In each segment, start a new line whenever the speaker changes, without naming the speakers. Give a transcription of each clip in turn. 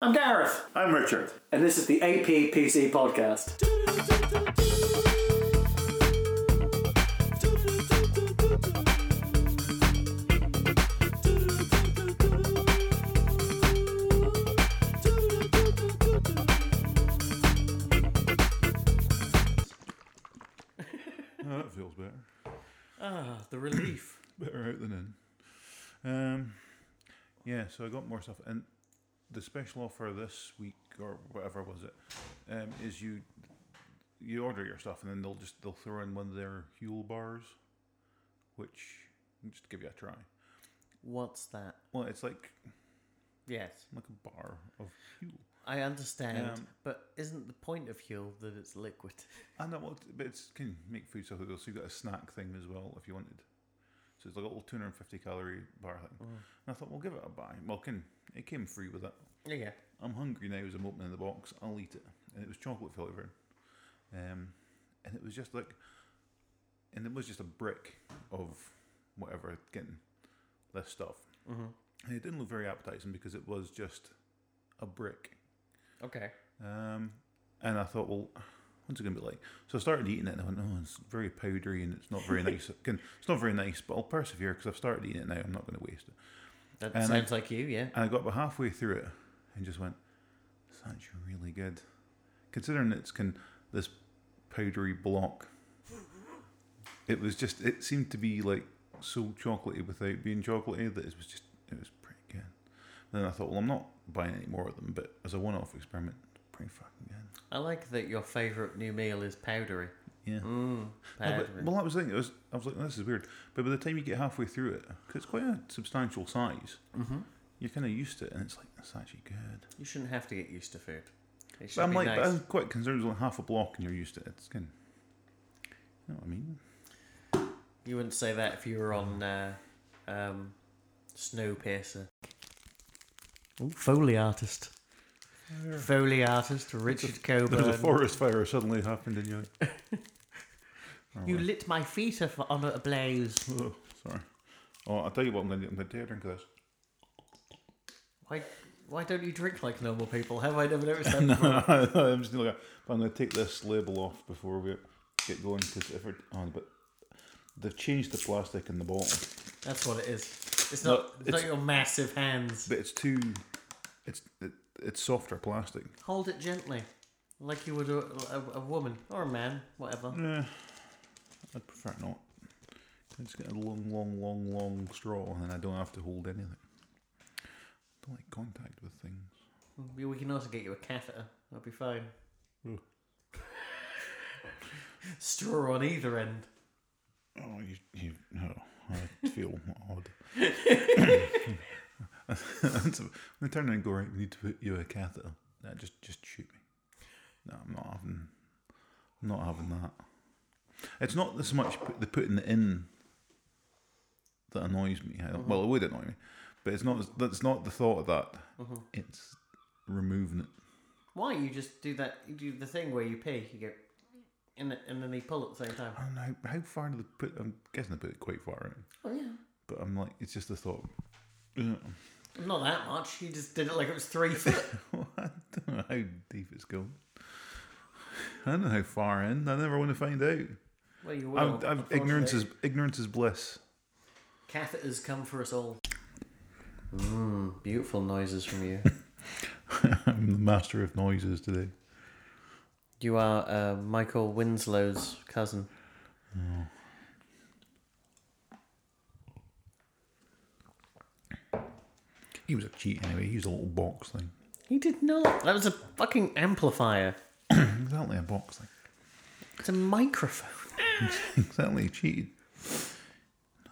I'm Gareth.
I'm Richard.
And this is the APPC podcast.
Oh, that feels better.
Ah, the relief.
Better out than in. Um, yeah, so I got more stuff. And the special offer this week, or whatever was it, um, is you you order your stuff and then they'll just they'll throw in one of their Huel bars, which just give you a try.
What's that?
Well, it's like
Yes,
like a bar of Huel.
I understand,
Um,
but isn't the point of Huel that it's liquid?
I know what, but it's can make food stuff. as well. So you've got a snack thing as well if you wanted. So it's like a little 250 calorie bar thing. And I thought, we'll give it a buy. Well, can it came free with it.
Yeah, yeah.
I'm hungry now as I'm opening the box. I'll eat it. And it was chocolate flavored. Um, and it was just like, and it was just a brick of whatever getting this stuff. And it didn't look very appetizing because it was just a brick.
Okay.
Um, and I thought, well, what's it going to be like? So I started eating it, and I went, oh, it's very powdery, and it's not very nice. It can- It's not very nice, but I'll persevere because I've started eating it now. I'm not going to waste it.
That
And I-
sounds like you, yeah.
And I got about halfway through it, and just went, it's actually really good, considering it's can this powdery block. It was just, it seemed to be like so chocolatey without being chocolatey that it was just, it was pretty good. then I thought, well, I'm not buying any more of them, but as a one-off experiment, it's pretty fucking good.
I like that your favourite new meal is powdery.
Yeah.
Mmm,
No,
powdery.
but, well, that was the thing. It was, I was like, this is weird. But by the time you get halfway through it, 'cause it's quite a substantial size,
mm-hmm.
you're kind of used to it, and it's like, that's actually good.
You shouldn't have to get used to food. It should
But I'm
be
like, um, but
nice.
I'm quite concerned. It's only half a block, and you're used to it. It's kind of, you know what I mean?
You wouldn't say that if you were on uh, um, Snowpiercer. Ooh, Foley artist. Foley artist Richard
There's a
Coburn.
forest fire suddenly happened, and you're like,
You lit my feet af- on a blaze.
oh, sorry. Oh, I'll tell you what, I'm going to I'm gonna take a drink of this.
Why, why don't you drink like normal people? Have I never noticed that? before?
I'm just gonna, but I'm going to take this label off before we get going, because if we're on, but they've changed the plastic in the bottle.
That's what it is. It's
No,
not. it's,
it's-
not your massive hands.
But it's too, it's it, it's softer plastic.
Hold it gently, like you would a, a, a woman or a man, whatever.
Yeah, I'd prefer not. I just get a long, long, long, long straw, and then I don't have to hold anything. I don't like contact with things.
We
Mm.
we can also get you a catheter. That'll be fine.
Ooh.
Straw on either end.
Oh, you, you no, I feel odd. That's- when they turn around and go, right, we need to put you a catheter. Nah, just, just shoot me. No, I'm not having, I'm not having that. It's not as much put, the putting it in that annoys me. I don't,
Mm-hmm.
Well, it would annoy me, but it's not. as- That's not the thought of that.
Mm-hmm.
It's removing it.
Why you just do that? You do the thing where you pee. You go, and th- and then they pull at the same time.
I don't know how, how far do they put. I'm guessing they put it quite far in,
Oh yeah.
but I'm like, it's just the thought. Ugh.
Not that much. You just did it like it was three foot.
I don't know how deep it's going. I don't know how far in. I never want to find out.
Well, you will.
I'm, I'm, ignorance
unfortunately.
is ignorance is bliss.
Catheters come for us all. Mm, beautiful noises from you.
I'm the master of noises today.
you are uh, Michael Winslow's cousin.
He was a cheat anyway. He used a little box thing.
He did not. That was a fucking amplifier.
Exactly a box thing.
It's a microphone.
Exactly he cheated.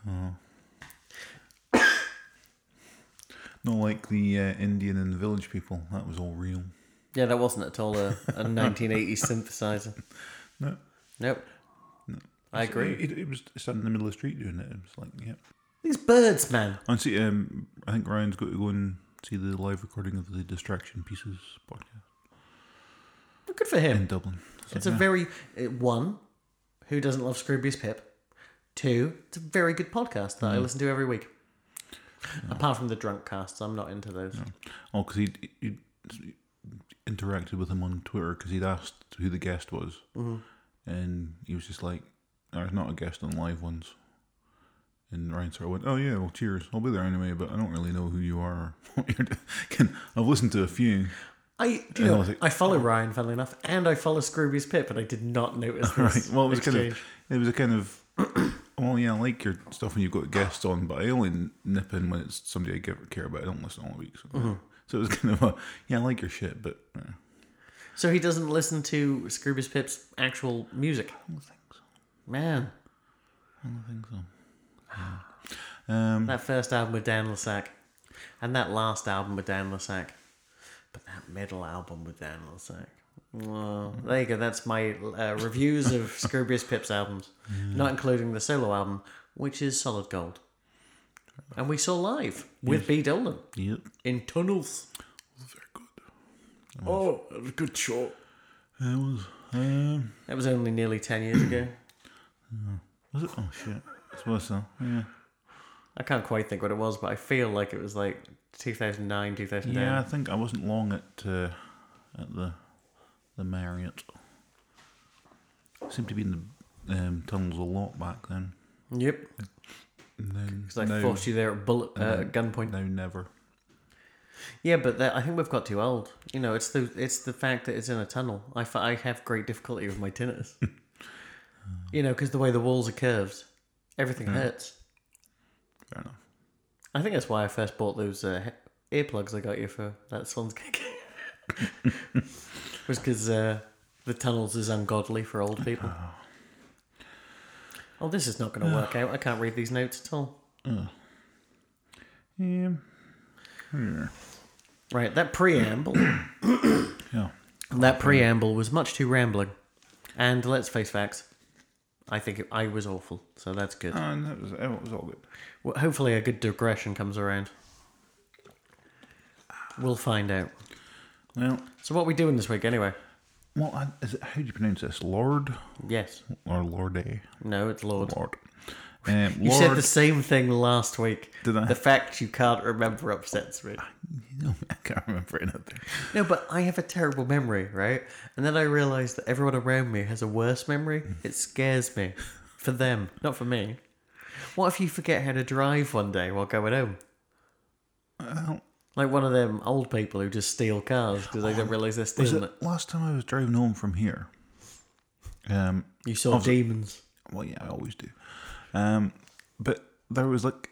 No. Oh. Not like the uh, Indian and village people. That was all real.
Yeah, that wasn't at all a, a 1980s synthesizer.
No.
Nope. I agree.
It, it was standing in the middle of the street doing it. It was like, yeah.
These birds, man.
I see. Um, I think Ryan's got to go and see the live recording of the Distraction Pieces podcast
Good for him.
in Dublin. It's
It's a very uh, one. Who doesn't love Scroobius Pip? Two. It's a very good podcast that I listen to every week. Apart from the drunk casts, I'm not into those.
like, oh, because he he interacted with him on Twitter because he'd asked who the guest was, and he was just like, "There's not a guest on live ones." And Ryan sort of went, "Oh yeah, well, cheers. I'll be there anyway, but I don't really know who you are. or what you're doing." I've listened to a few."
I do you
And I
know,
was like- "Oh."
I follow Ryan, funnily enough, and I follow Scrooby's Pip, and I did not notice this.
Right. Well, it was kind
exchange.
of it was a kind of well, yeah, I like your stuff when you've got guests on, but I only nip in when it's somebody I give, care about. I don't listen all week, so, so it was kind of a yeah, I like your shit, but eh,
So he doesn't listen to Scrooby's Pip's actual music.
I don't think so.
Man,
I don't think so. Yeah. Um,
that first album with Dan Lissac, and that last album with Dan Lissac, but that middle album with Dan Lissac. Well, there you go. That's my uh, reviews of Scroobius Pip's albums, not including the solo album, which is solid gold. And we saw live with B. Dolan
yep,
in tunnels.
very good.
Oh, good shot.
It was. Um,
That was only nearly 10 years ago.
was it? Oh shit, it was so. Yeah,
I can't quite think what it was, but I feel like it was like 2009, 2010.
yeah. I think I wasn't long at uh, at the the Marriott. Seemed to be in the um, tunnels a lot back then.
Yep.
And then
Because I
now-
forced you there at bullet uh,
then-
gunpoint.
No, never.
Yeah, but that, I think we've got too old. You know, it's the it's the fact that it's in a tunnel. I, fi- I have great difficulty with my tinnitus. you know, because the way the walls are curved, everything hurts.
Mm. Fair enough.
I think that's why I first bought those uh, he- earplugs I got you for that Swans gig. was because uh, the tunnels is ungodly for old people. Oh, this is not going to work out. I can't read these notes at all.
Um, yeah.
Right, that preamble.
Yeah.
that preamble was much too rambling. And let's face facts. I think it, I was awful, so that's good.
And that was, it was all good.
Well, hopefully, a good digression comes around. We'll find out.
Well,
So, what are we doing this week anyway?
well, I, is it, how do you pronounce this? Lord
Yes.
or Lorde?
No, it's Lord.
Lord. Um,
You
Lord,
said the same thing last week.
Did I?
The fact you can't remember upsets me.
No, I can't remember anything.
No, but I have a terrible memory, right? And then I realise that everyone around me has a worse memory.
Mm-hmm.
It scares me. For them, not for me. What if you forget how to drive one day while going home?
Well,
Like one of them old people who just steal cars because they don't realise they're
Oh, was
stealing it.
it last time I was driving home from here? Um,
You saw demons.
well, yeah, I always do. Um, but there was like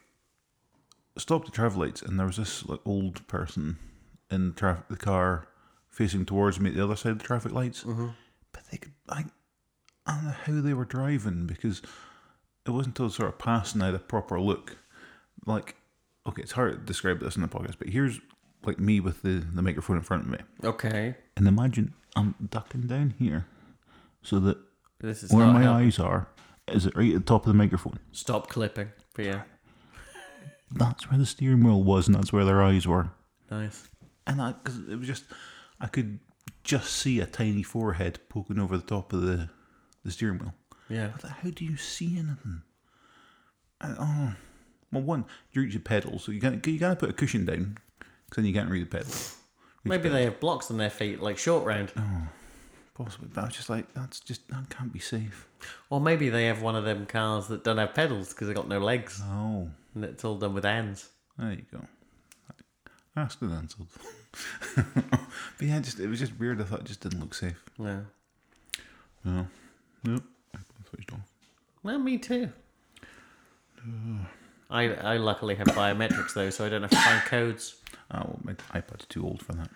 stopped at traffic lights, and there was this like old person in the, traf- the car facing towards me at the other side of the traffic lights. But they could, I, I don't know how they were driving because it wasn't until sort of passing I had a proper look. Like, okay, it's hard to describe this in the podcast, but here's like me with the, the microphone in front of me.
Okay.
And imagine I'm ducking down here so that
This is
where
not
my
help-
eyes are is it right at the top of the microphone.
Stop clipping. But yeah.
that's where the steering wheel was and that's where their eyes were
Nice.
and i because it was just i could just see a tiny forehead poking over the top of the the steering wheel
Yeah.
I thought, how do you see anything I, oh well one you're using pedals so you can't you gotta put a cushion down because then you can't read the pedal
Maybe they have blocks on their feet, like short round.
Oh. possibly but i was just like that's just that can't be safe
Or maybe they have one of them cars that don't have pedals because they got no legs
oh
and it's all done with hands.
There you go. Asked and answered. but yeah, just it was just weird. I thought it just didn't look safe.
Yeah.
No, nope. iPhone switched off.
Well, me too. I, I luckily have biometrics though, so I don't have to find codes.
Ah, well, my iPad's too old for that.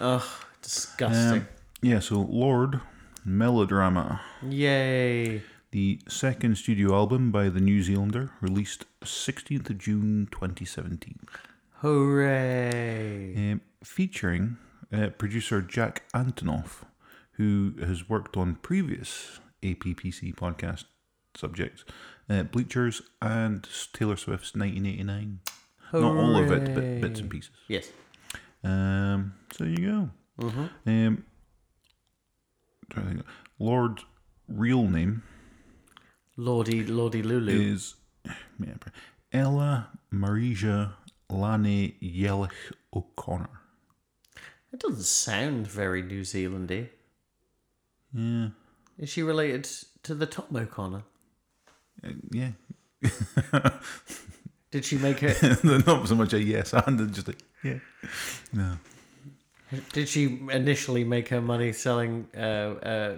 Ugh, disgusting.
Um, yeah, so Lord Melodrama,
Yay.
the second studio album by the New Zealander, released 16th of June 2017,
Hooray.
um, featuring uh, producer Jack Antonoff, who has worked on previous APPC podcast subjects, uh, Bleachers and Taylor Swift's 1989. Not all of it, but bits and pieces.
Yes.
Um, so there you go.
Mhm.
Um, trying to think. Lord's real name
Lordy, Lordy Lulu.
is yeah, pr- Ella Marija Lane Yelich O'Connor.
It doesn't sound very New Zealandy.
Yeah.
Is she related to the Tom O'Connor?
Uh, yeah.
Did she make her?
They're not so much a yes and, they're just like, yeah. No.
did she initially make her money selling uh, uh,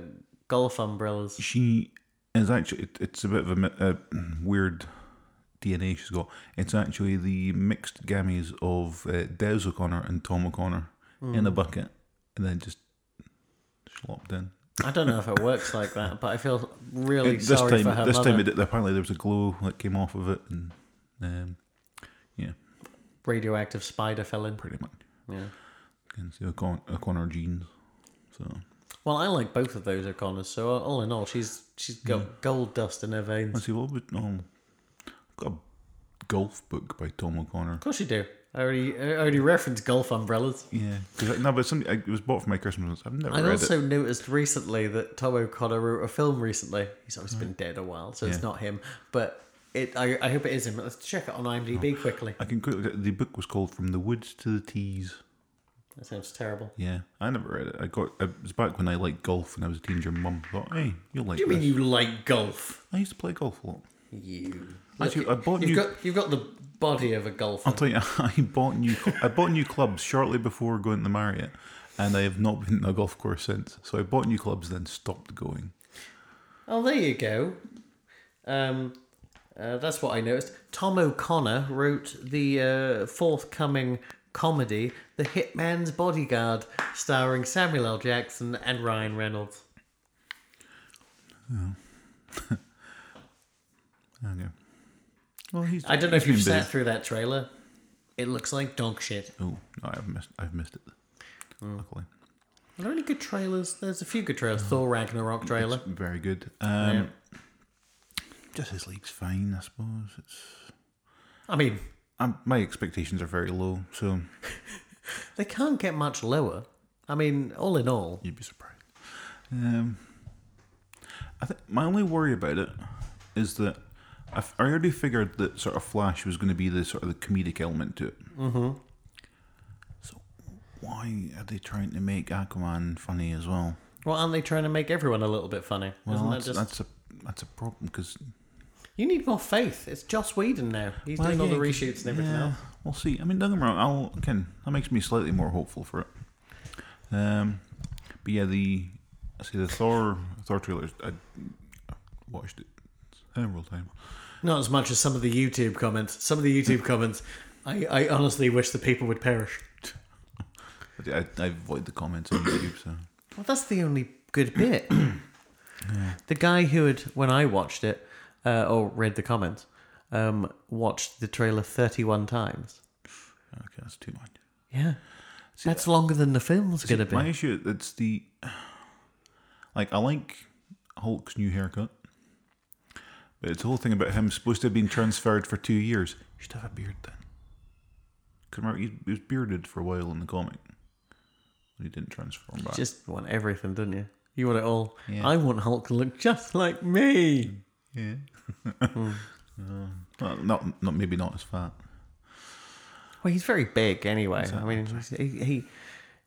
golf umbrellas?
She is actually, it, it's a bit of a, mi- a weird DNA she's got. It's actually the mixed gametes of uh, Des O'Connor and Tom O'Connor
Hmm.
in a bucket and then just slopped in.
I don't know if it works like that, but I feel really
It- this
sorry
time,
for her
this
mother.
time, it, did- apparently there was a glow that came off of it, and um, yeah,
Radioactive spider fell in.
pretty much.
Yeah.
Can see O'Con- O'Connor genes. So
Well, I like both of those O'Connors, so all in all, she's she's got
Hmm.
gold dust in her veins.
let's see what would um, I've got a golf book by Tom O'Connor.
Of course you do. I already, I already referenced golf umbrellas.
Yeah, 'Cause I- no, but some, I, it was bought for my Christmas. I've never
I
read it.
also noticed recently that Tom O'Connor wrote a film recently. He's obviously been dead a while, so
Hmm. Yeah.
it's not him. But it, I, I hope it is him. Let's check it on
Oh.
IMDb quickly.
I can quickly. The book was called From the Woods to the Tees.
That sounds terrible.
Yeah, I never read it. I got it was back when I liked golf and I was a teenager. and Mum thought, "Hey, you'll like."
You mean
this."
you like golf?
I used to play golf a lot.
You.
Actually, I bought
You've
new
got you've got the body of a golfer.
I'll tell you, I bought new I bought new clubs shortly before going to Marriott, and I have not been to a golf course since. So I bought new clubs, then stopped going.
Oh, there you go. Um, uh, that's what I noticed. Tom O'Connor wrote the uh, forthcoming comedy, The Hitman's Bodyguard, starring Samuel L. Jackson and Ryan Reynolds.
Okay. Well, he's.
I don't know if
he's
you've
been
sat
busy.
through that trailer. It looks like dog shit.
Oh no, I've missed. I've missed it.
Oh.
Luckily,
Are there any good trailers? There's a few good trailers.
Oh.
Thor Ragnarok trailer.
very good. Um, Justice League's fine, I suppose. It's.
I mean,
Um, my expectations are very low, so
they can't get much lower. I mean, all in all,
You'd be surprised. Um, I think my only worry about it is that I've, I already figured that sort of Flash was going to be the sort of the comedic element to it. Mm-hmm. So why are they trying to make Aquaman funny as well?
well, aren't they trying to make everyone a little bit funny?
Well,
Isn't that
that's,
just
that's a that's a problem because
You need more faith. It's Joss Whedon now. He's doing all the reshoots and everything else.
We'll see. I mean, don't get me wrong. I'll again. That makes me slightly more hopeful for it. Um, but yeah, the I see the Thor Thor trailers. I, I watched it several times.
Not as much as some of the YouTube comments. Some of the YouTube comments, I, I honestly wish the people would perish.
But I, I avoid the comments on YouTube. So
Well, that's the only good bit. The guy who had, when I watched it uh, or read the comments, um, watched the trailer 31 times.
okay, that's too much.
Yeah. That's longer than the film's going to be.
My issue it's the like I like Hulk's new haircut, but it's the whole thing about him supposed to have been transferred for two years. He should have a beard then. Because remember, he, he was bearded for a while in the comic. He didn't transform back.
You just want everything, don't you? You want it all.
Yeah.
I want Hulk to look just like me.
yeah. Well, not, not maybe not as fat.
Well, he's very big anyway. I mean, he's- he, he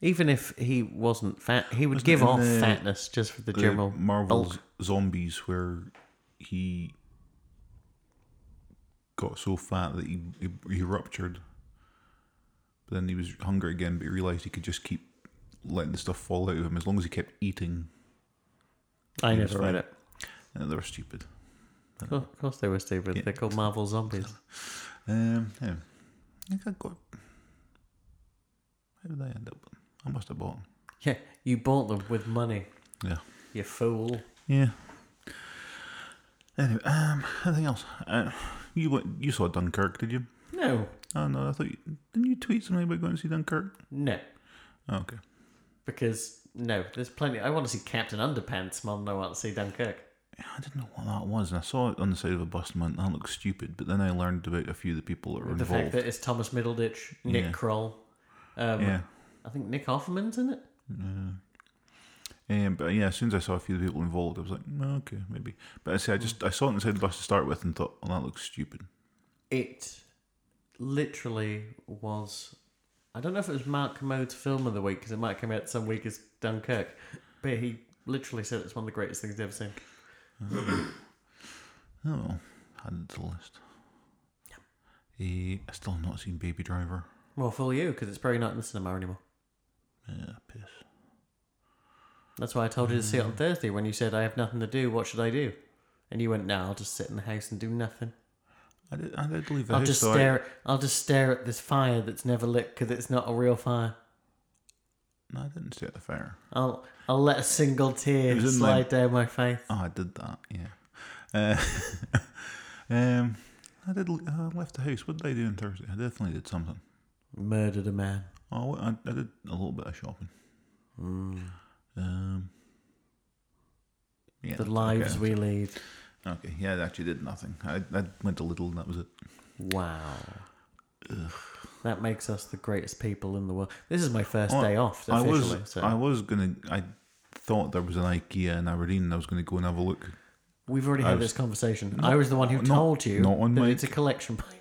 even if he wasn't fat, he would give
it in
off
the-
fatness just for the,
The
general
Marvel's
bulk.
zombies where he got so fat that he, he he ruptured. But then he was hungry again, but he realized he could just keep letting the stuff fall out of him as long as he kept eating.
I
was
never read
fat.
it.
And they were stupid.
Of course- Of course, they were stupid. They're called Marvel zombies.
Um, yeah. I think I got. How did I end up? I must have bought them.
Yeah, you bought them with money,
Yeah.
you fool.
Yeah. Anyway, um, anything else? Uh, you went, you saw Dunkirk, did you?
No,
Oh no, I thought you, didn't you tweet something about going to see Dunkirk?
no,
Oh, okay.
because no, there's plenty. I want to see Captain Underpants. Mom, I want to see Dunkirk.
Yeah, I didn't know what that was, and I saw it on the side of a bus and went, "That looks stupid." But then I learned about a few of the people that were
The fact
involved.
that it's Thomas Middleditch, Nick
Yeah.
Kroll, um,
yeah,
I think Nick Offerman's in it.
um, but yeah, as soon as I saw a few of the people involved, I was like, "Mm, "Okay, maybe." But I see, I just I saw it on the side of the bus to start with and "Oh, thought, "Well, that looks stupid."
it literally was I don't know if it was Mark Commode's film of the week because it might come out some week as Dunkirk, but he literally said it's one of the greatest things he's ever seen.
Oh, well, added to the list. Eh, I still have not seen Baby Driver.
Well, fool you because it's probably not in the cinema anymore.
Yeah, piss.
That's why I told you to see it on Thursday when you said I have nothing to do. What should I do? And you went, "No, I'll just sit in the house and do nothing.
I did, I did leave the
I'll
house.
just
so I-
stare. I'll just stare at this fire that's never lit because it's not a real fire.
no, I didn't stay at the fire.
I'll I'll let a single tear
It was in
slide
my-
down my face.
Oh, I did that. Yeah. Uh, um, I did. l- I left the house. What did I do on Thursday? I definitely did something.
Murdered a man.
Oh, I, I did a little bit of shopping.
Mm.
Um. Yeah,
The lives
okay.
we lead.
Okay, yeah, I actually did nothing. I, I went to Lidl and that was it.
Wow. That makes us the greatest people in the world. This is my first day off
I
officially.
was
so
I was gonna. I thought there was an IKEA in Aberdeen. and I was gonna go and have a look.
We've already had
was-
this conversation. I was the one who
not-
told you
not on
that
mic.
it's a collection plate.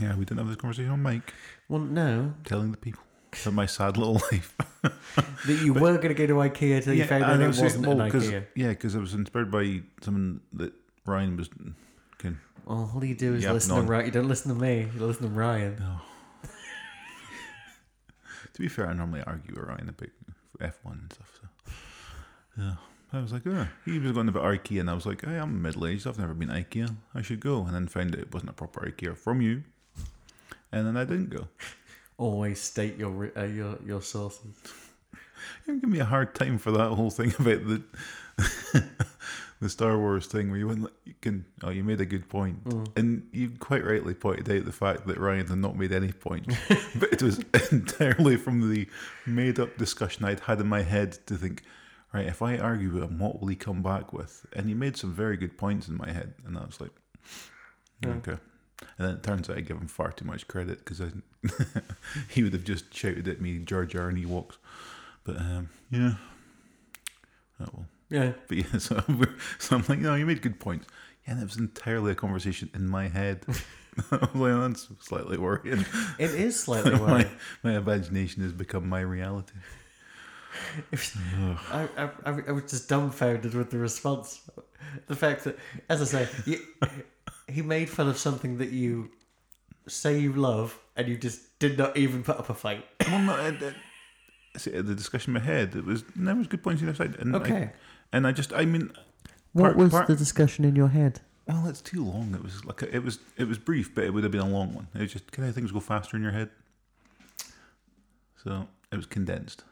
Yeah, we didn't have this conversation on mic.
Well, no,
Telling the people about my sad little life.
that you were going to go to IKEA till you found out
and I
it
was saying-
wasn't
well,
an
'cause-
IKEA.
Yeah, because I was inspired by someone that Ryan was. Can,
All you do is
Yeah,
listen
none.
to Ryan. You don't listen to me. You listen to Ryan.
to be fair, I normally argue with Ryan about F one and stuff. So yeah, I was like, oh, he was going about IKEA, and I was like, hey, I'm middle aged. I've never been to IKEA. I should go, and then found out it wasn't a proper IKEA from you, and then I didn't go.
Always state your re- uh, your your sources.
You're giving me a hard time for that whole thing about the the Star Wars thing where you went like, you can oh you made a good point. And you quite rightly pointed out the fact that Ryan had not made any point. but it was entirely from the made up discussion I'd had in my head to think, right, if I argue with him, what will he come back with? And he made some very good points in my head and I was like Okay. And then it turns out I give him far too much credit because he would have just shouted at me, George R. and he walks. But um, yeah. Oh well.
Yeah.
But yeah, so, we're- so I'm like, no, you made good points. Yeah, and it was entirely a conversation in my head. I was like, "Oh, that's slightly worrying.
It is slightly worrying.
my, my imagination has become my reality.
I, I, I I was just dumbfounded with the response. The fact that, as I say, you, he made fun of something that you say you love and you just did not even put up a fight.
Well, no, it, it, see, the discussion in my head, it was, and there was good points on the other side. And
Okay.
I, and I just, I mean,
What
Part-
was
part-
the discussion in your head?
well, it's too long. It was like, a, it was, it was brief, but it would have been a long one. It was just, can I things go faster in your head? So it was condensed.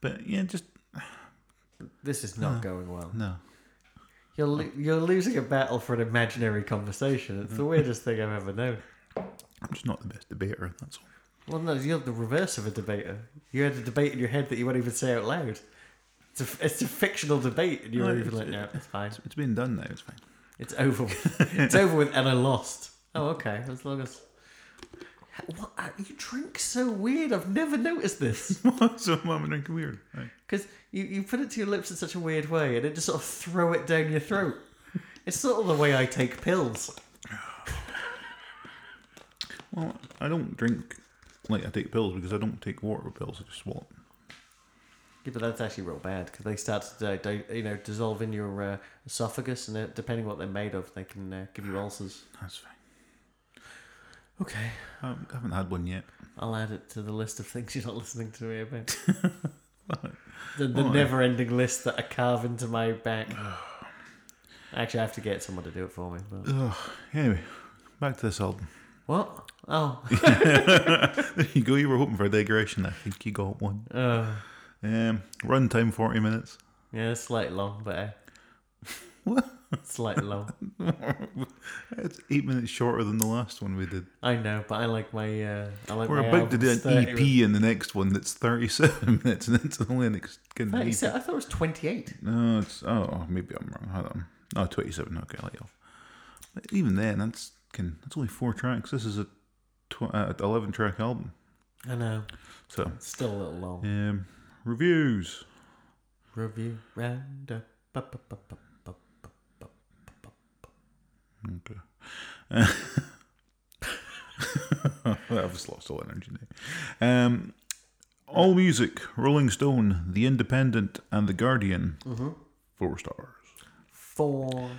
But yeah, just,
This is not going well.
no.
You're lo- you're losing a battle for an imaginary conversation.
Hmm.
It's the weirdest thing I've ever known.
I'm just not the best debater, that's all.
Well, no, you're the reverse of a debater. You had a debate in your head that you won't even say out loud. It's a, f- it's a fictional debate, and you
No,
were even
it's-
like, no, it's fine.
It's been done now, it's fine.
It's over. With. it's over with, and I lost. Oh, okay. As long as what uh, you drink so weird, I've never noticed this
so mum and drinking weird. Right.
because you, you put it to your lips in such a weird way, and it just sort of throw it down your throat. It's sort of the way I take pills.
Well, I don't drink like I take pills because I don't take water with pills. I just swallow. them.
Yeah, but that's actually real bad because they start to uh, di- you know dissolve in your uh, esophagus, and uh, depending what they're made of, they can uh, give you ulcers.
That's fine.
Okay,
Um, I haven't had one yet.
I'll add it to the list of things you're not listening to me about. the the never ending list that I carve into my back. Actually, I have to get someone to do it for me. But...
Ugh. Anyway, back to this album.
What? Oh,
There you go. You were hoping for a digression. I think you got one.
uh,
Um, runtime forty minutes.
yeah, it's slightly long, but uh,
What?
slightly long.
It's eight minutes shorter than the last one we did.
I know, but I like my. Uh, I like
We're
my
about to do an E
albums 30
EP in the next one that's thirty-seven minutes, and it's only an E extended
Hey,
EP.
so I thought it was twenty-eight.
No, it's oh maybe I'm wrong. Hold on. No, twenty-seven. Okay, I let you off. But even then, that's can that's only four tracks. This is a tw- uh, eleven-track album.
I know,
So
it's still a little long.
um, reviews.
Review roundup. Ba, ba, ba, ba, ba, ba, ba.
Okay. I've just lost all energy now. Um, All Music, Rolling Stone, The Independent, and The Guardian. Four stars.
Four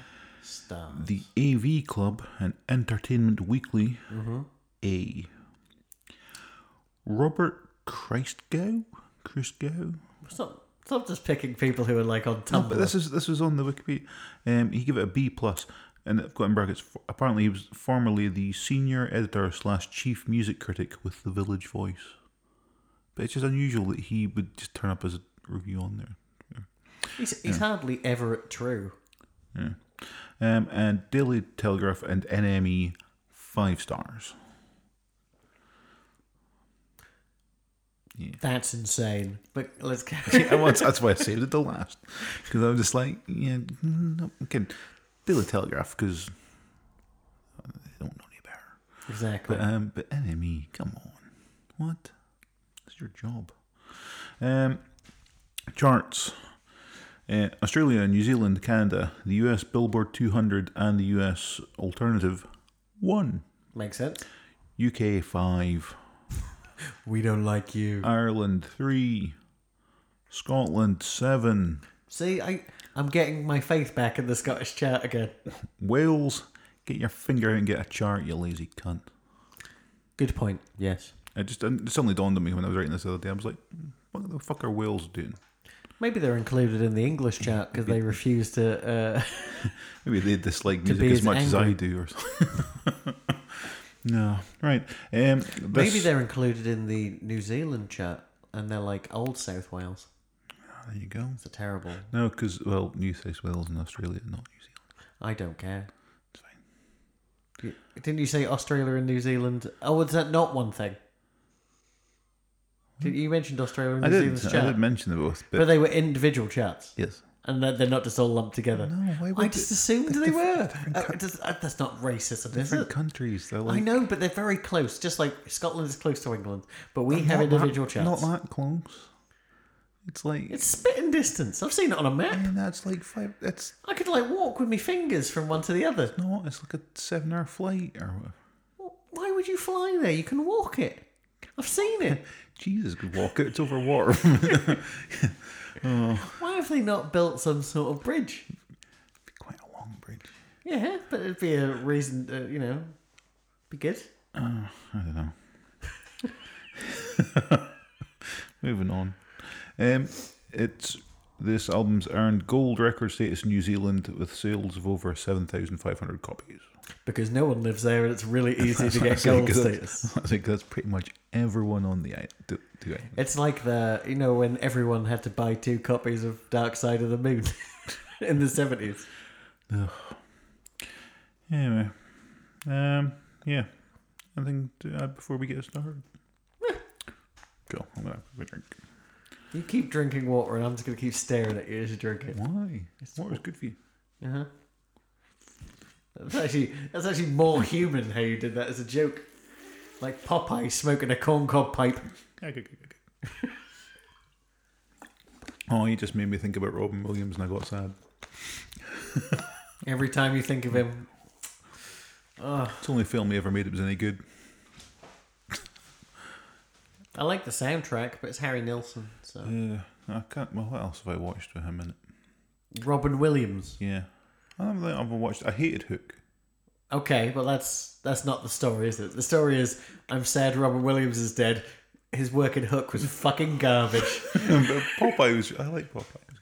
stars.
The AV Club and Entertainment Weekly. A. Robert Christgau? Christgau?
Stop, stop just picking people who are like on Tumblr.
But this is this was on the Wikipedia. Um, he gave it a B plus, and I've got in brackets. f- Apparently, he was formerly the senior editor slash chief music critic with the Village Voice. But it's just unusual that he would just turn up as a review on there.
he's, he's hardly ever true.
Um, and Daily Telegraph and NME five stars.
That's insane. But let's carry
And once, that's why I saved it the last because I was just like, yeah, mm, no, okay, Daily Telegraph because they don't know any better.
Exactly.
Um, but NME, come on. What? It's your job. Um, charts. Uh, Australia, New Zealand, Canada, the US Billboard 200 and the US Alternative 1.
Makes sense.
UK 5.
We don't like you.
Ireland 3. Scotland 7.
See, I, I'm getting my faith back in the Scottish chart again.
Wales, get your finger out and get a chart, you lazy cunt.
Good point. Yes.
It just it suddenly dawned on me when I was writing this the other day. I was like, "Hmm, what the fuck are Wales doing?
Maybe they're included in the English chart because they refuse to. Uh,
Maybe they dislike
be
music as
as
much as
angry.
I do, or something. no, right. Um, this,
maybe they're included in the New Zealand chart and they're like old South Wales.
there you go.
It's a terrible.
No, because well, New South Wales and Australia, not New Zealand.
I don't care.
It's fine.
You- Didn't you say Australia and New Zealand? Oh, is that not one thing? Did you mentioned Australia and
I
New Zealand's
did. I
chart,
did mention them both, but,
but they were individual charts,
yes,
and that they're not just all lumped together.
No, why
I
would
just
it-
assumed they
diff-
were. Uh, it does- uh, that's not racism, is
different
it?
countries. They're
I
like
know, but they're very close. Just like Scotland is close to England, but we have
not that-
individual charts.
Not that close. It's like
It's spitting distance. I've seen it on a map.
and that's like five. That's
I could like walk with my fingers from one to the other.
no. It's like a seven-hour flight or whatever.
Why would you fly there? You can walk it. I've seen it.
Jesus, could walk it. It's over water.
Why have they not built some sort of bridge?
Quite a long bridge.
Yeah, but it'd be a reason, to, you know, be good.
I don't know. Moving on. Um, it's this album's earned gold record status in New Zealand with sales of over seven thousand five hundred copies.
Because no one lives there, and it's really easy to
I
get
think
gold
that's,
status.
I think that's pretty much everyone on the island. The, the island.
It's like the you know when everyone had to buy two copies of Dark Side of the Moon in the seventies.
Anyway, um, yeah, anything to add before we get started? Cool. I'm gonna have a drink.
You keep drinking water, and I'm just gonna keep staring at you as you drink it.
Why? Water's good for you.
Uh-huh. That's actually that's actually more human how you did that as a joke, like Popeye smoking a corncob pipe.
Okay, okay, okay. oh, you just made me think about Robin Williams and I got sad.
Every time you think of him,
It's the only film he ever made that was any good.
I like the soundtrack, but it's Harry Nilsson, so
Uh, I can't. Well, what else have I watched with him in it?
Robin Williams.
Yeah, I don't think I've ever watched. I hated Hook.
Okay, well that's that's not the story, is it? The story is I'm sad Robin Williams is dead. His work in Hook was fucking garbage.
But Popeye was. I like Popeye.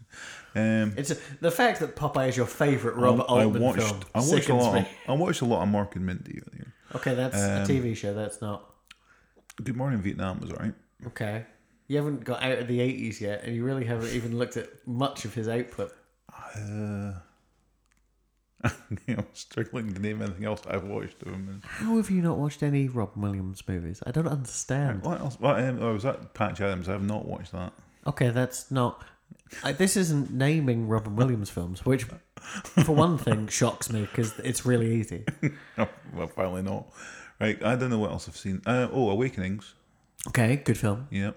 Um,
It's the fact that Popeye is your favourite Robert
I
Altman
watched.
film.
I watched a
sickens
lot. Of,
me.
I watched a lot of Mark and Mindy. earlier.
Okay, that's a TV show. That's not
Good Morning Vietnam was alright.
okay. You haven't got out of the '80s yet, and you really haven't even looked at much of his output.
Uh, I'm struggling to name anything else I've watched of him.
How have you not watched any Robin Williams movies? I don't understand.
What else? Well, um, oh, was that Patch Adams? I've not watched that.
Okay, that's not. I, this isn't naming Robin Williams films, which, for one thing, shocks me because it's really easy.
Oh, well, finally not. Right, I don't know what else I've seen. Uh, oh, Awakenings.
Okay, good film.
Yep.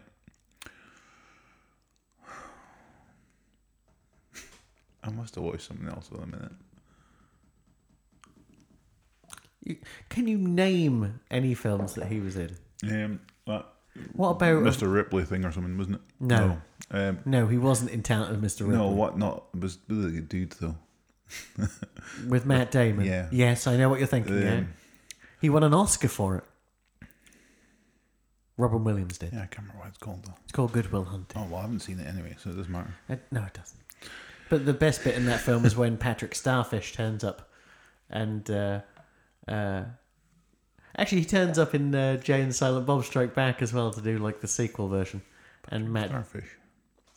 I must have watched something else with a minute.
You, can you name any films that he was in?
Um, that
What about
Mr. Ripley thing or something, wasn't it?
No.
No, um,
No, he wasn't in uh, Talent of Mr. Ripley
no what not? It was the dude, though.
with Matt Damon.
Yeah.
Yes, I know what you're thinking. yeah.
Um,
He won an Oscar for it. Robin Williams did.
Yeah, I can't remember what it's called, though.
It's called Goodwill Hunting.
Oh, well, I haven't seen it anyway, so it doesn't matter.
Uh, no, it doesn't. But the best bit in that film is when Patrick Starfish turns up, and uh, uh, actually he turns up in uh, Jay and Silent Bob Strike Back as well to do like the sequel version, and Matt
Starfish.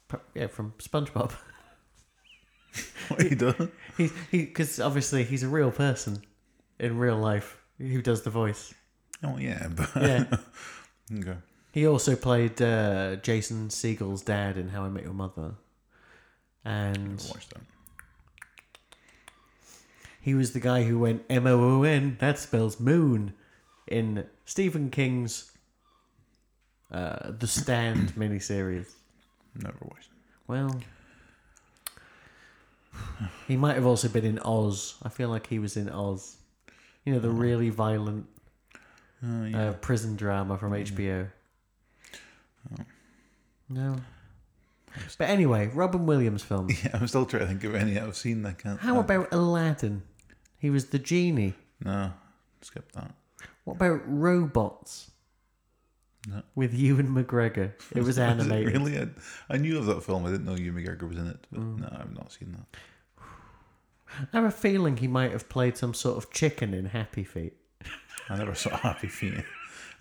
yeah from SpongeBob.
What he done?
He's he because obviously he's a real person in real life who does the voice.
Oh, yeah. But,
Yeah,
okay.
he also played uh, Jason Siegel's dad in How I Met Your Mother, and
Watch that.
He was the guy who went M O O N. That spells moon in Stephen King's uh, The Stand miniseries.
Never watched it.
Well, he might have also been in Oz. I feel like he was in Oz. You know the really violent
Uh, yeah.
uh, prison drama from HBO.
Oh.
No. But anyway, Robin Williams film.
yeah, I'm still trying to think of any I've seen that can't.
How
uh,
about Aladdin? He was the genie.
No, skip that.
What about robots?
No.
With Ewan McGregor. It was
Is it
animated.
really? I, I knew of that film. I didn't know Hugh McGregor was in it, but no, I've not seen that.
I have a feeling he might have played some sort of chicken in Happy Feet.
I never saw Happy Feet.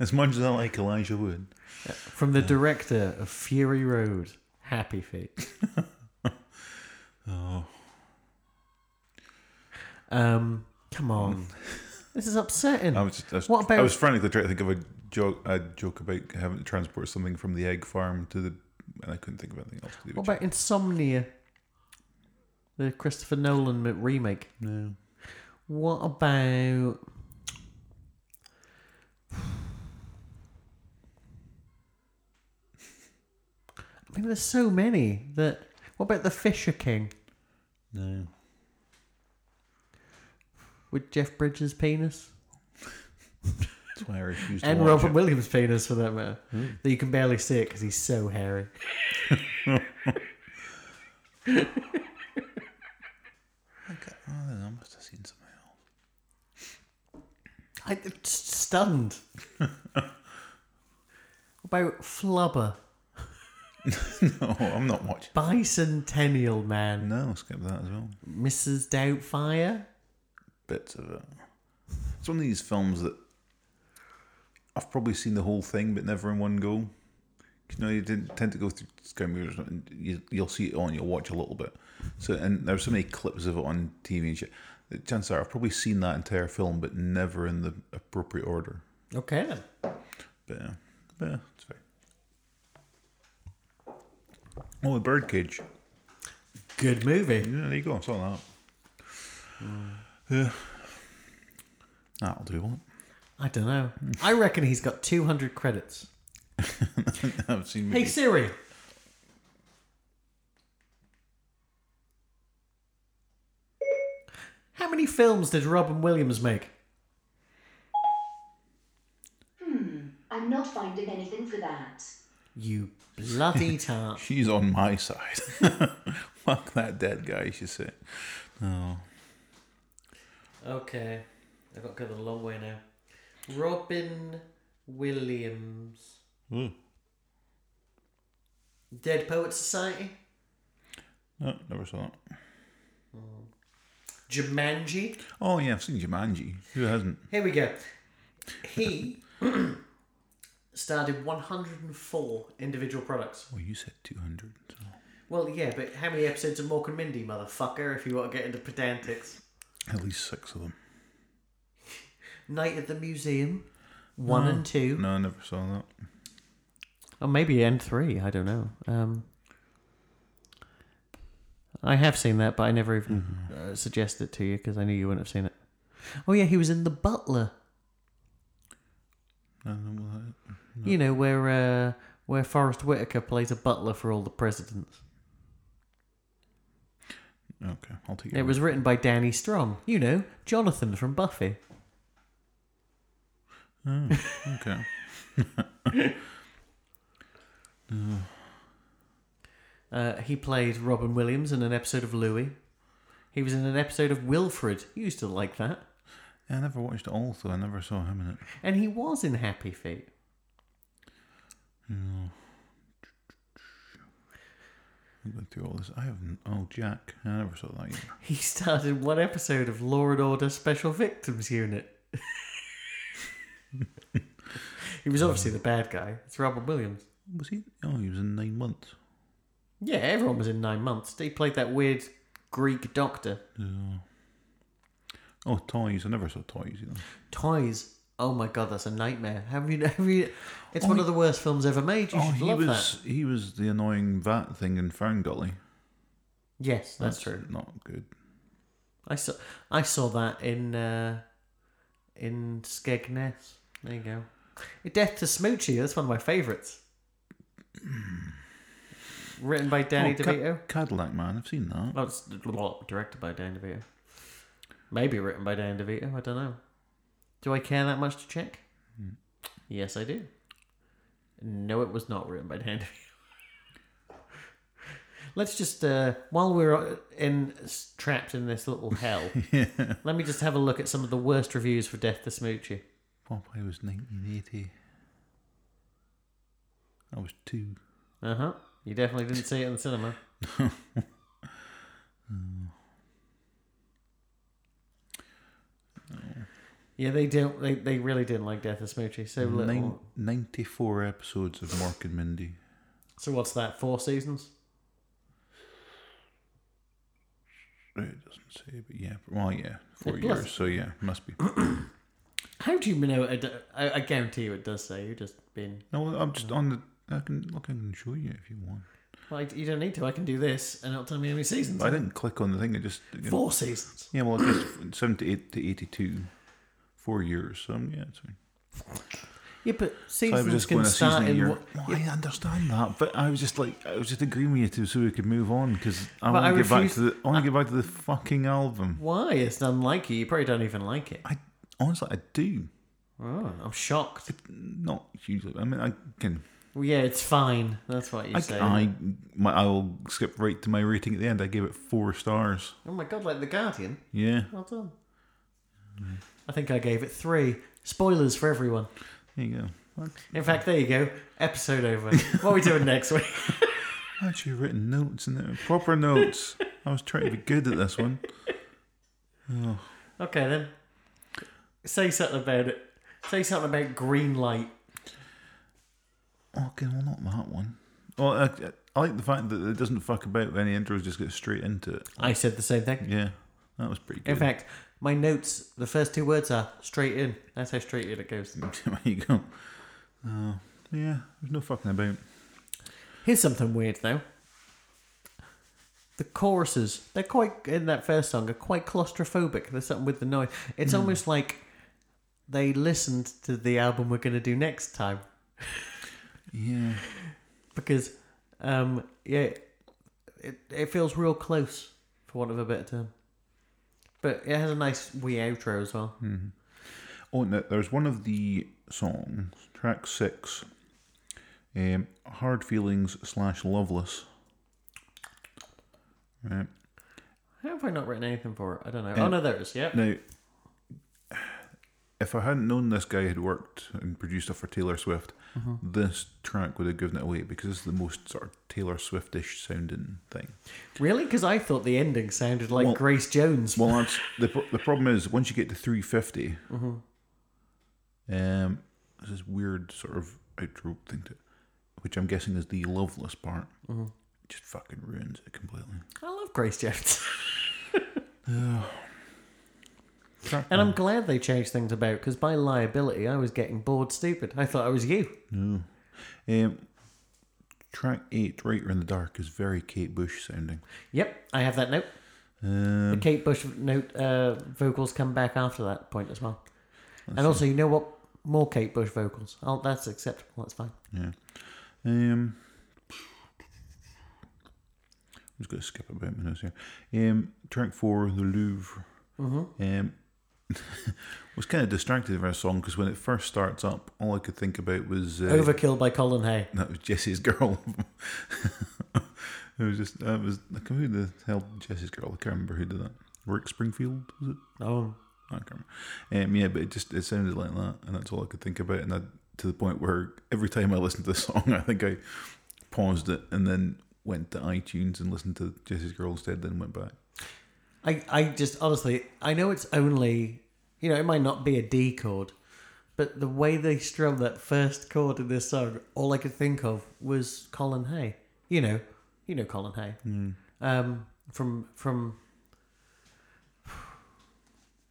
As much as I like Elijah Wood,
From the director of Fury Road, Happy Feet.
oh,
Um, come on. This is upsetting.
I was just I was,
What about-
I was frantically trying to think of a joke. A joke about having to transport something from the egg farm to the, and I couldn't think of anything else to do.
what
With
about Insomnia? The Christopher Nolan m- remake.
chicken. no,
What about. I mean, there's so many that. What about The Fisher King
no,
with Jeff Bridges' penis?
that's why I refused. To
and
watch
Robin
it. Hmm.
Williams' penis for that matter. That you can barely see it because he's so hairy.
Oh, I don't know, I must have seen something else.
I, I'm just stunned. About Flubber,
No, I'm not watching.
Bicentennial Man,
No, skip that as well.
Mrs. Doubtfire.
bits of it. It's one of these films that I've probably seen the whole thing, but never in one go. You know, you didn't tend to go through Sky Movies or something. You, you'll see it on, you'll watch a little bit. So, and there's so many clips of it on TV and shit. The chances are I've probably seen that entire film, but never in the appropriate order.
Okay then.
But yeah, but yeah it's fair. Oh, the Birdcage.
Good movie.
Yeah, there you go. I saw that. Yeah. That'll do what?
I don't know. I reckon he's got 200 credits.
I've seen.
Hey
movies.
Siri. How many films did Robin Williams make?
I'm not finding anything for that.
You bloody tart.
She's on my side. Fuck that dead guy, she said. No.
Okay. I've got to go the long way now. Robin Williams.
Ooh.
Dead Poets Society.
No, Oh, never saw that.
Jumanji.
Oh, yeah, I've seen Jumanji. Who hasn't?
Here we go. He started 104 individual products.
Well, you said 200. So.
Well, yeah, but how many episodes of Mork and Mindy, motherfucker, if you want to get into pedantics?
At least six of them.
Night at the Museum. One and two.
No, I never saw that.
Hmm. Or maybe N three. I don't know. Um, I have seen that, but I never even uh, suggested it to you because I knew you wouldn't have seen it. Oh yeah, he was in The Butler.
No, no, well, that-
You know where uh, where Forrest Whitaker plays a butler for all the presidents.
Okay, I'll take
It
your
was written by Danny Strong. You know Jonathan from Buffy.
word. Okay.
Uh, he played Robin Williams in an episode of Louis. He was in an episode of Wilfred. You used to like that.
Yeah, I never watched it all, so I never saw him in it.
And he was in Happy Feet.
I'm going through all this. I haven't. Oh, Jack. I never saw that either.
He started one episode of Law and Order Special Victims Unit. he was obviously the bad guy. It's Robin Williams.
Was he? Oh, he was in nine months.
Yeah, everyone was in nine months. He played that weird Greek doctor.
Yeah. Oh, toys. I never saw toys either.
Toys. Oh my god, that's a nightmare. Have you? Have you? It's one of the worst films ever made. You
oh,
should
he
love
was
that.
he was the annoying vat thing in Ferngully.
Yes, that's, true.
Not good.
I saw. I saw that in uh, in Skegness. There you go. Death to Smoochie. That's one of my favourites. Written by Danny
Hmm. Oh, Ca-
DeVito.
Cadillac Man. I've seen that.
Well, it's well, directed by Dan DeVito. Maybe written by Dan DeVito. I don't know. Do I care that much to check?
Hmm.
Yes, I do. No, it was not written by Dan DeVito. Let's just, uh, while we're in trapped in this little hell, let me just have a look at some of the worst reviews for Death to Smoochie.
Popeye was 1980. I was two.
Uh huh. You definitely didn't see it in the cinema.
Hmm.
Yeah, they don't. They, they really didn't like Death of Smoochie. So little.
Nine, 94 episodes of Mork and Mindy.
So what's that? Four seasons.
Right, It doesn't say, but yeah. Well, yeah. Four
It does.
years. So yeah, must be.
How do you know? It, I, I guarantee you, it does say you're just being.
No, I'm just on the. I can look. I can show you if you want.
Well, I- you don't need to. I can do this, and it'll tell me how many seasons.
I didn't click on the thing. It just.
Four seasons.
Yeah, well, it's just seventy-eight to eighty-two, four years. So yeah, it's fine.
Yeah, but
So I was
seasons
just
can
going to
start
season a
in.
year.
what-
Well, I understand that, but I was just like, I was just agreeing with you two so we could move on because I
But I
want to get back
refuse-
to the. I want to get back to the fucking album.
Why? It's unlike you. You probably don't even like it.
I honestly, I do
Oh, I'm shocked.
not hugely. I mean, I can.
Well, yeah, it's fine. That's what you
I,
say.
I my I will skip right to my rating at the end. I gave it four stars.
Oh my god, like The Guardian.
Yeah,
Well done. I think I gave it three. Spoilers for everyone.
there you go. That's-
In fact, there you go. Episode over. what are we doing next week?
I actually written notes in there, proper notes. I was trying to be good at this one.
Okay then. Say something about it. Say something about green light.
Okay, well, not that one. Well, I, I like the fact that it doesn't fuck about with any intros; just get straight into it.
I said the same thing.
Yeah, that was pretty good.
In fact, my notes, the first two words are straight in. That's how straight in it goes.
there you go. Uh, yeah, there's no fucking about.
Here's something weird though. The choruses, they're quite in that first song, are quite claustrophobic. There's something with the noise. It's almost like they listened to the album we're going to do next time
Yeah,
because, um, yeah, it it feels real close for want of a better term. But it has a nice wee outro as well.
Oh, no, there's one of the songs, track six, um, "Hard Feelings" slash "Loveless." Right
How have I not written anything for it? I don't know. oh no, there it is. Yep.
now, if I hadn't known this guy had worked and produced stuff for Taylor Swift, this track would have given it away because it's the most sort of Taylor Swiftish sounding thing.
Really? Because I thought the ending sounded like
Well-
Grace Jones.
Well, that's the pro- the problem is once you get to three um, there's this weird sort of outro thing to, which I'm guessing is the loveless part. It just fucking ruins it completely.
I love Grace Jones.
Track
And I'm glad they changed things about because by liability, I was getting bored stupid. I thought I was you.
um, track eight, "Writer in the Dark," is very Kate Bush sounding.
Yep, I have that note. the
Um,
Kate Bush note uh, vocals come back after that point as well. And also, you know what? More Kate Bush vocals. Oh, that's acceptable. That's fine.
yeah. Um, I'm just going to skip about my notes here. Um, track four, "The Louvre." Um, was kind of distracted by a song because when it first starts up, all I could think about was uh,
Overkill by Colin Hay.
That was Jesse's girl. it was just that was like, who the hell Jesse's girl? I can't remember who did that. Rick Springfield was it?
Oh,
I can't remember. Um, yeah, but it just it sounded like that, and that's all I could think about. And I, to the point where every time I listened to the song, I think I paused it and then went to iTunes and listened to Jesse's Girl instead, then went back.
I, I just honestly, I know it's only, you know, it might not be a D chord, but the way they strum that first chord in this song, all I could think of was Colin Hay. You know, you know Colin Hay.
Hmm.
Um, from from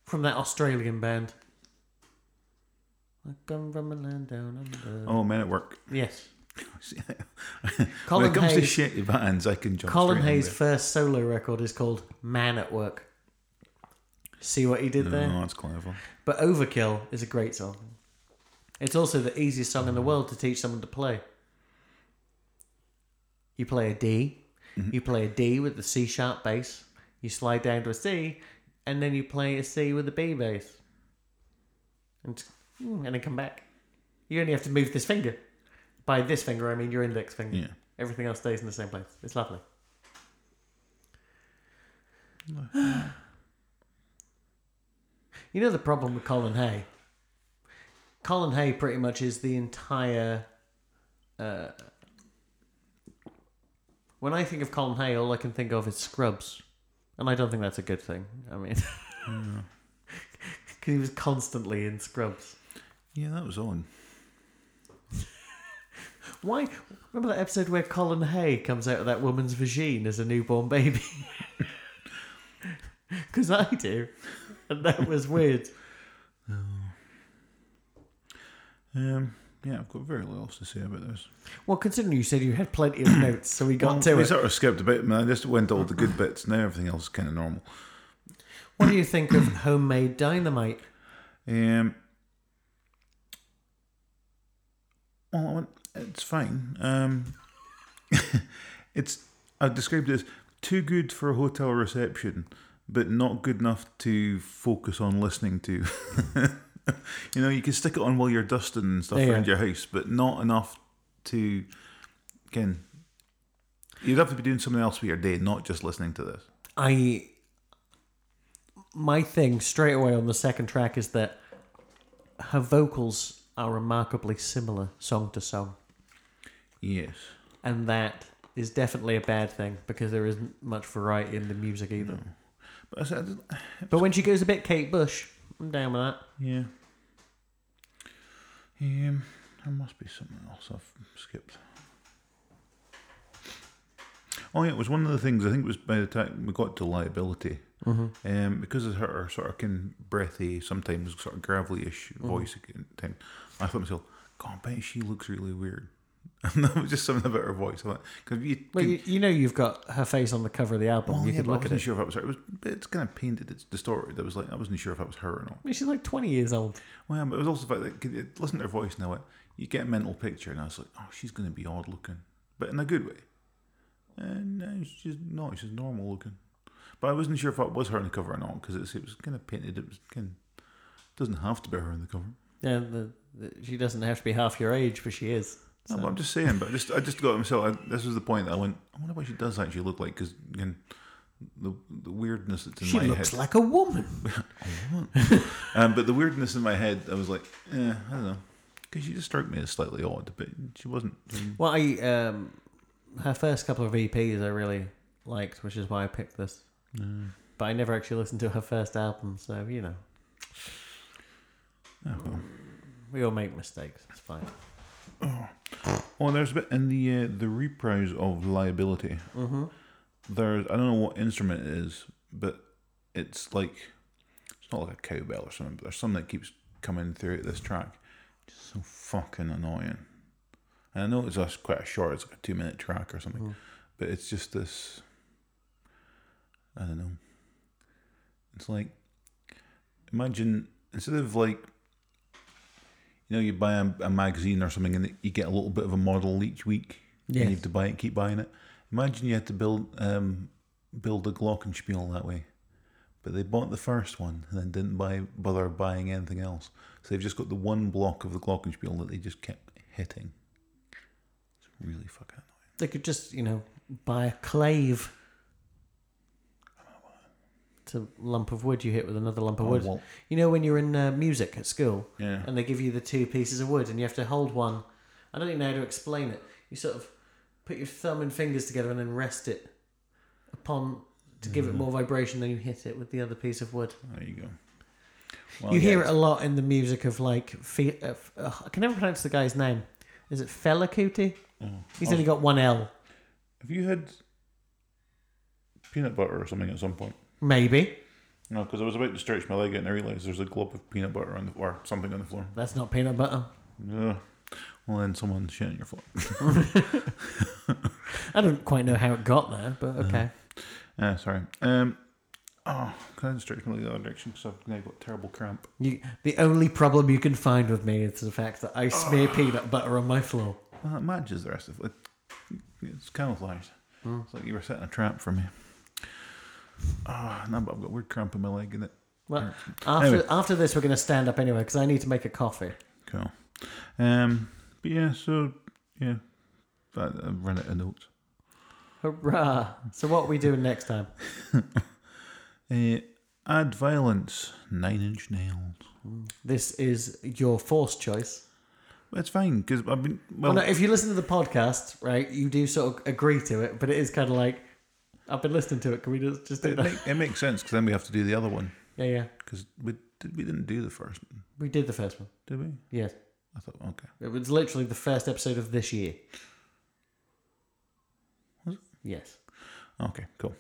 from that Australian band. I come from a land down under.
Oh, men at work.
Yes,
See, when
Colin
it comes to
Hayes-
shitty bands, I can jump.
Colin
straight in
Hay's
there.
first solo record is called Man at Work. See what he did there.
Oh, that's clever.
But Overkill is a great song. It's also the easiest song in the world to teach someone to play. You play a D, you play a D with the C sharp bass, you slide down to a C, and then you play a C with a B bass. And, mm, and then come back. You only have to move this finger. By this finger, I mean your index finger.
Yeah.
Everything else stays in the same place. It's lovely. you know the problem with Colin Hay? Colin Hay pretty much is the entire. Uh, when I think of Colin Hay, all I can think of is Scrubs. And I don't think that's a good thing. I mean, because he was constantly in Scrubs.
Yeah, that was on.
Why? Remember that episode where Colin Hay comes out of that woman's vagina as a newborn baby? Because I do. And that was weird.
Um, yeah, I've got very little else to say about this.
Well, considering you said you had plenty of notes, so we got to
we
it.
sort of skipped a bit, man. I just went to all the good bits. Now everything else is kind of normal.
What do you think of homemade dynamite?
Um, well, I went, oh, it's fine. Um, it's I described it as too good for a hotel reception, but not good enough to focus on listening to. you know, you can stick it on while you're dusting and stuff
Yeah.
around your house, but not enough to. Again, you'd have to be doing something else with your day, not just listening to this.
I my thing straight away on the second track is that her vocals are remarkably similar song to song,
Yes.
and that is definitely a bad thing because there isn't much variety in the music either.
Mm, But I said,
But when she goes a bit Kate Bush, I'm down with that.
Yeah. Um, there must be something else I've skipped. Oh yeah, it was one of the things I think it was by the time we got to liability, um, because of her, her sort of kind of breathy, sometimes sort of gravelly-ish voice at time. I thought to myself, God, I bet she looks really weird. And that was just something about her voice. I thought, because you,
Well,
can-
you, you know you've got her face on the cover of the album.
well, Oh,
you
yeah,
could
but I
look at
wasn't
it.
sure if that was her. It was, but it's kind of painted, it's distorted. I was like, I wasn't sure if that was her or not.
I mean, she's like 20 years old.
Well, but it was also the fact that could you listen to her voice now. You get a mental picture, and I was like, "Oh, she's going to be odd looking, but in a good way." And no, she's not. She's normal looking. But I wasn't sure if that was her on the cover or not because it was kind of painted. It was kind doesn't have to be her on the cover.
Yeah, the, the, she doesn't have to be half your age, but she is.
No, but I'm just saying. But I just I just got myself. I, this was the point that I went. I wonder what she does actually look like because the the weirdness that's in
She
my
looks
head.
like a woman.
Um, but the weirdness in my head, I was like, eh, I don't know, because she just struck me as slightly odd, but she wasn't.
Well, I um, her first couple of EPs I really liked, which is why I picked this. But I never actually listened to her first album, so you know. We all make mistakes. It's fine.
Oh, there's a bit in the uh, the reprise of Liability. Mm-hmm. There's I don't know what instrument it is, but it's like it's not like a cowbell or something. But there's something that keeps coming through this track, just so fucking annoying. And I know it's just quite a short, it's like a two minute track or something, but it's just this. I don't know. It's like imagine instead of like you know, you buy a, a magazine or something and you get a little bit of a model each week. And
Yes.
you have to buy it, keep buying it. Imagine you had to build um, build a Glockenspiel that way. But they bought the first one and then didn't buy bother buying anything else. So they've just got the one block of the Glockenspiel that they just kept hitting. It's really fucking annoying.
They could just, you know, buy a clave. It's a lump of wood you hit with another lump of wood.
Oh, well-
You know when you're in uh, music at school,
Yeah.
and they give you the two pieces of wood, and you have to hold one. I don't even know how to explain it. You sort of put your thumb and fingers together, and then rest it upon to give
Mm.
it more vibration. Then you hit it with the other piece of wood.
There you go. Well,
you hear
yeah,
it a lot in the music of like Fe- uh, f- uh, I can never pronounce the guy's name. Is it Fela Kuti?
Mm.
He's
Oh.
only got one L.
Have you had peanut butter or something at some point?
Maybe
No, because I was about to stretch my leg out and I realised there's a glob of peanut butter on the, or something on the floor.
that's not peanut butter.
Ugh. Well, then someone's shit on your floor.
I don't quite know how it got there, but okay.
Uh, sorry. Um, oh, can I stretch my leg the other direction because I've now got terrible cramp.
You, the only problem you can find with me is the fact that I smear peanut butter on my floor.
Well, it matches the rest of it. It's camouflaged. It's like you were setting a trap for me. Oh, no, but I've got weird cramp in my leg, and it
Well, after
Anyway.
after this, we're going to stand up anyway because I need to make a coffee.
Cool. Um, but yeah, so yeah, that, I've run out of notes.
Hurrah! So what are we doing next time?
Uh, add violence, nine inch nails.
This is your forced choice.
It's fine because I've been well.
Well, no, if you listen to the podcast, right, you do sort of agree to it, but it is kind of like, I've been listening to it. Can we just, just do
it,
that?
make, it makes sense because then we have to do the other one
Yeah, yeah.
because we did, we didn't do the first, one,
We did the first one.
did we?
Yes.
I thought okay.
It was literally the first episode of this year. Yes.
Okay, cool.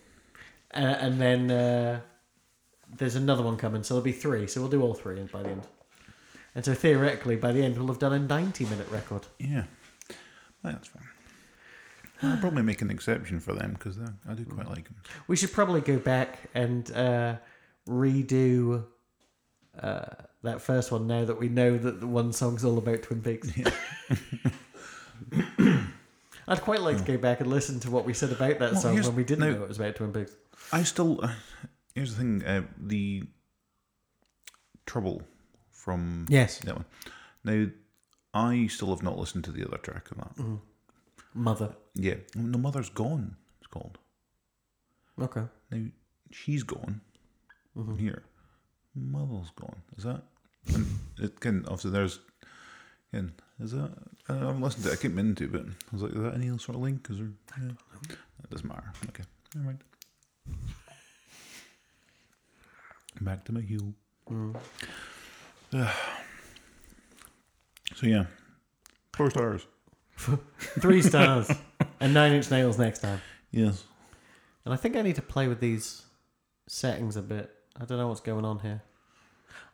Uh, and then uh, there's another one coming, so there'll be three. So we'll do all three by the end. And so theoretically, by the end, we'll have done a 90 minute record.
Yeah, that's fine. I'll probably make an exception for them because I do quite like them.
We should probably go back and uh, redo uh, that first one now that we know that the one song's all about Twin Peaks. I'd quite like to go back and listen to what we said about that
Well,
song
here's-
when we didn't
now-
know it was about Twin Peaks.
I still. uh, here's the thing: uh, the trouble from
Yes.
that one. Now, I still have not listened to the other track of that.
Mm-hmm. Mother.
Yeah, the mother's gone. It's called.
Okay.
Now she's gone.
Mm-hmm.
Here, mother's gone. Is that? And it can obviously there's. Again, is that? I haven't listened to. it. I keep meaning to, but I was like, is that any sort of link? Is there? Yeah. That doesn't matter. Okay, never mind. Back to my heel.
Mm-hmm.
so yeah, four stars.
Three stars and Nine Inch Nails next time.
Yes.
And I think I need to play with these settings a bit. I don't know what's going on here.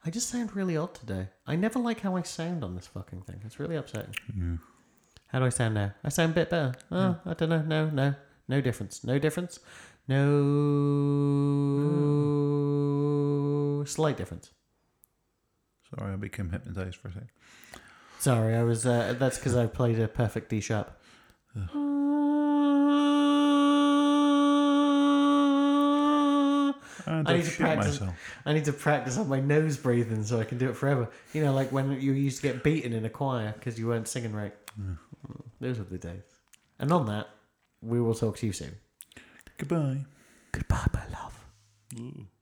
I just sound really odd today. I never like how I sound on this fucking thing. It's really upsetting.
Yeah.
How do I sound now? I sound a bit better. Oh, I don't know. No, no. No difference. No difference. No. Slight difference.
Sorry, I became hypnotized for a sec.
Sorry, I was. Uh, that's because I played a perfect D sharp.
I,
I
don't
need to
shit
practice.
myself.
I need to practice on my nose breathing so I can do it forever. You know, like when you used to get beaten in a choir because you weren't singing right. Those were the days. And on that, we will talk to you soon.
Goodbye.
Goodbye, my love.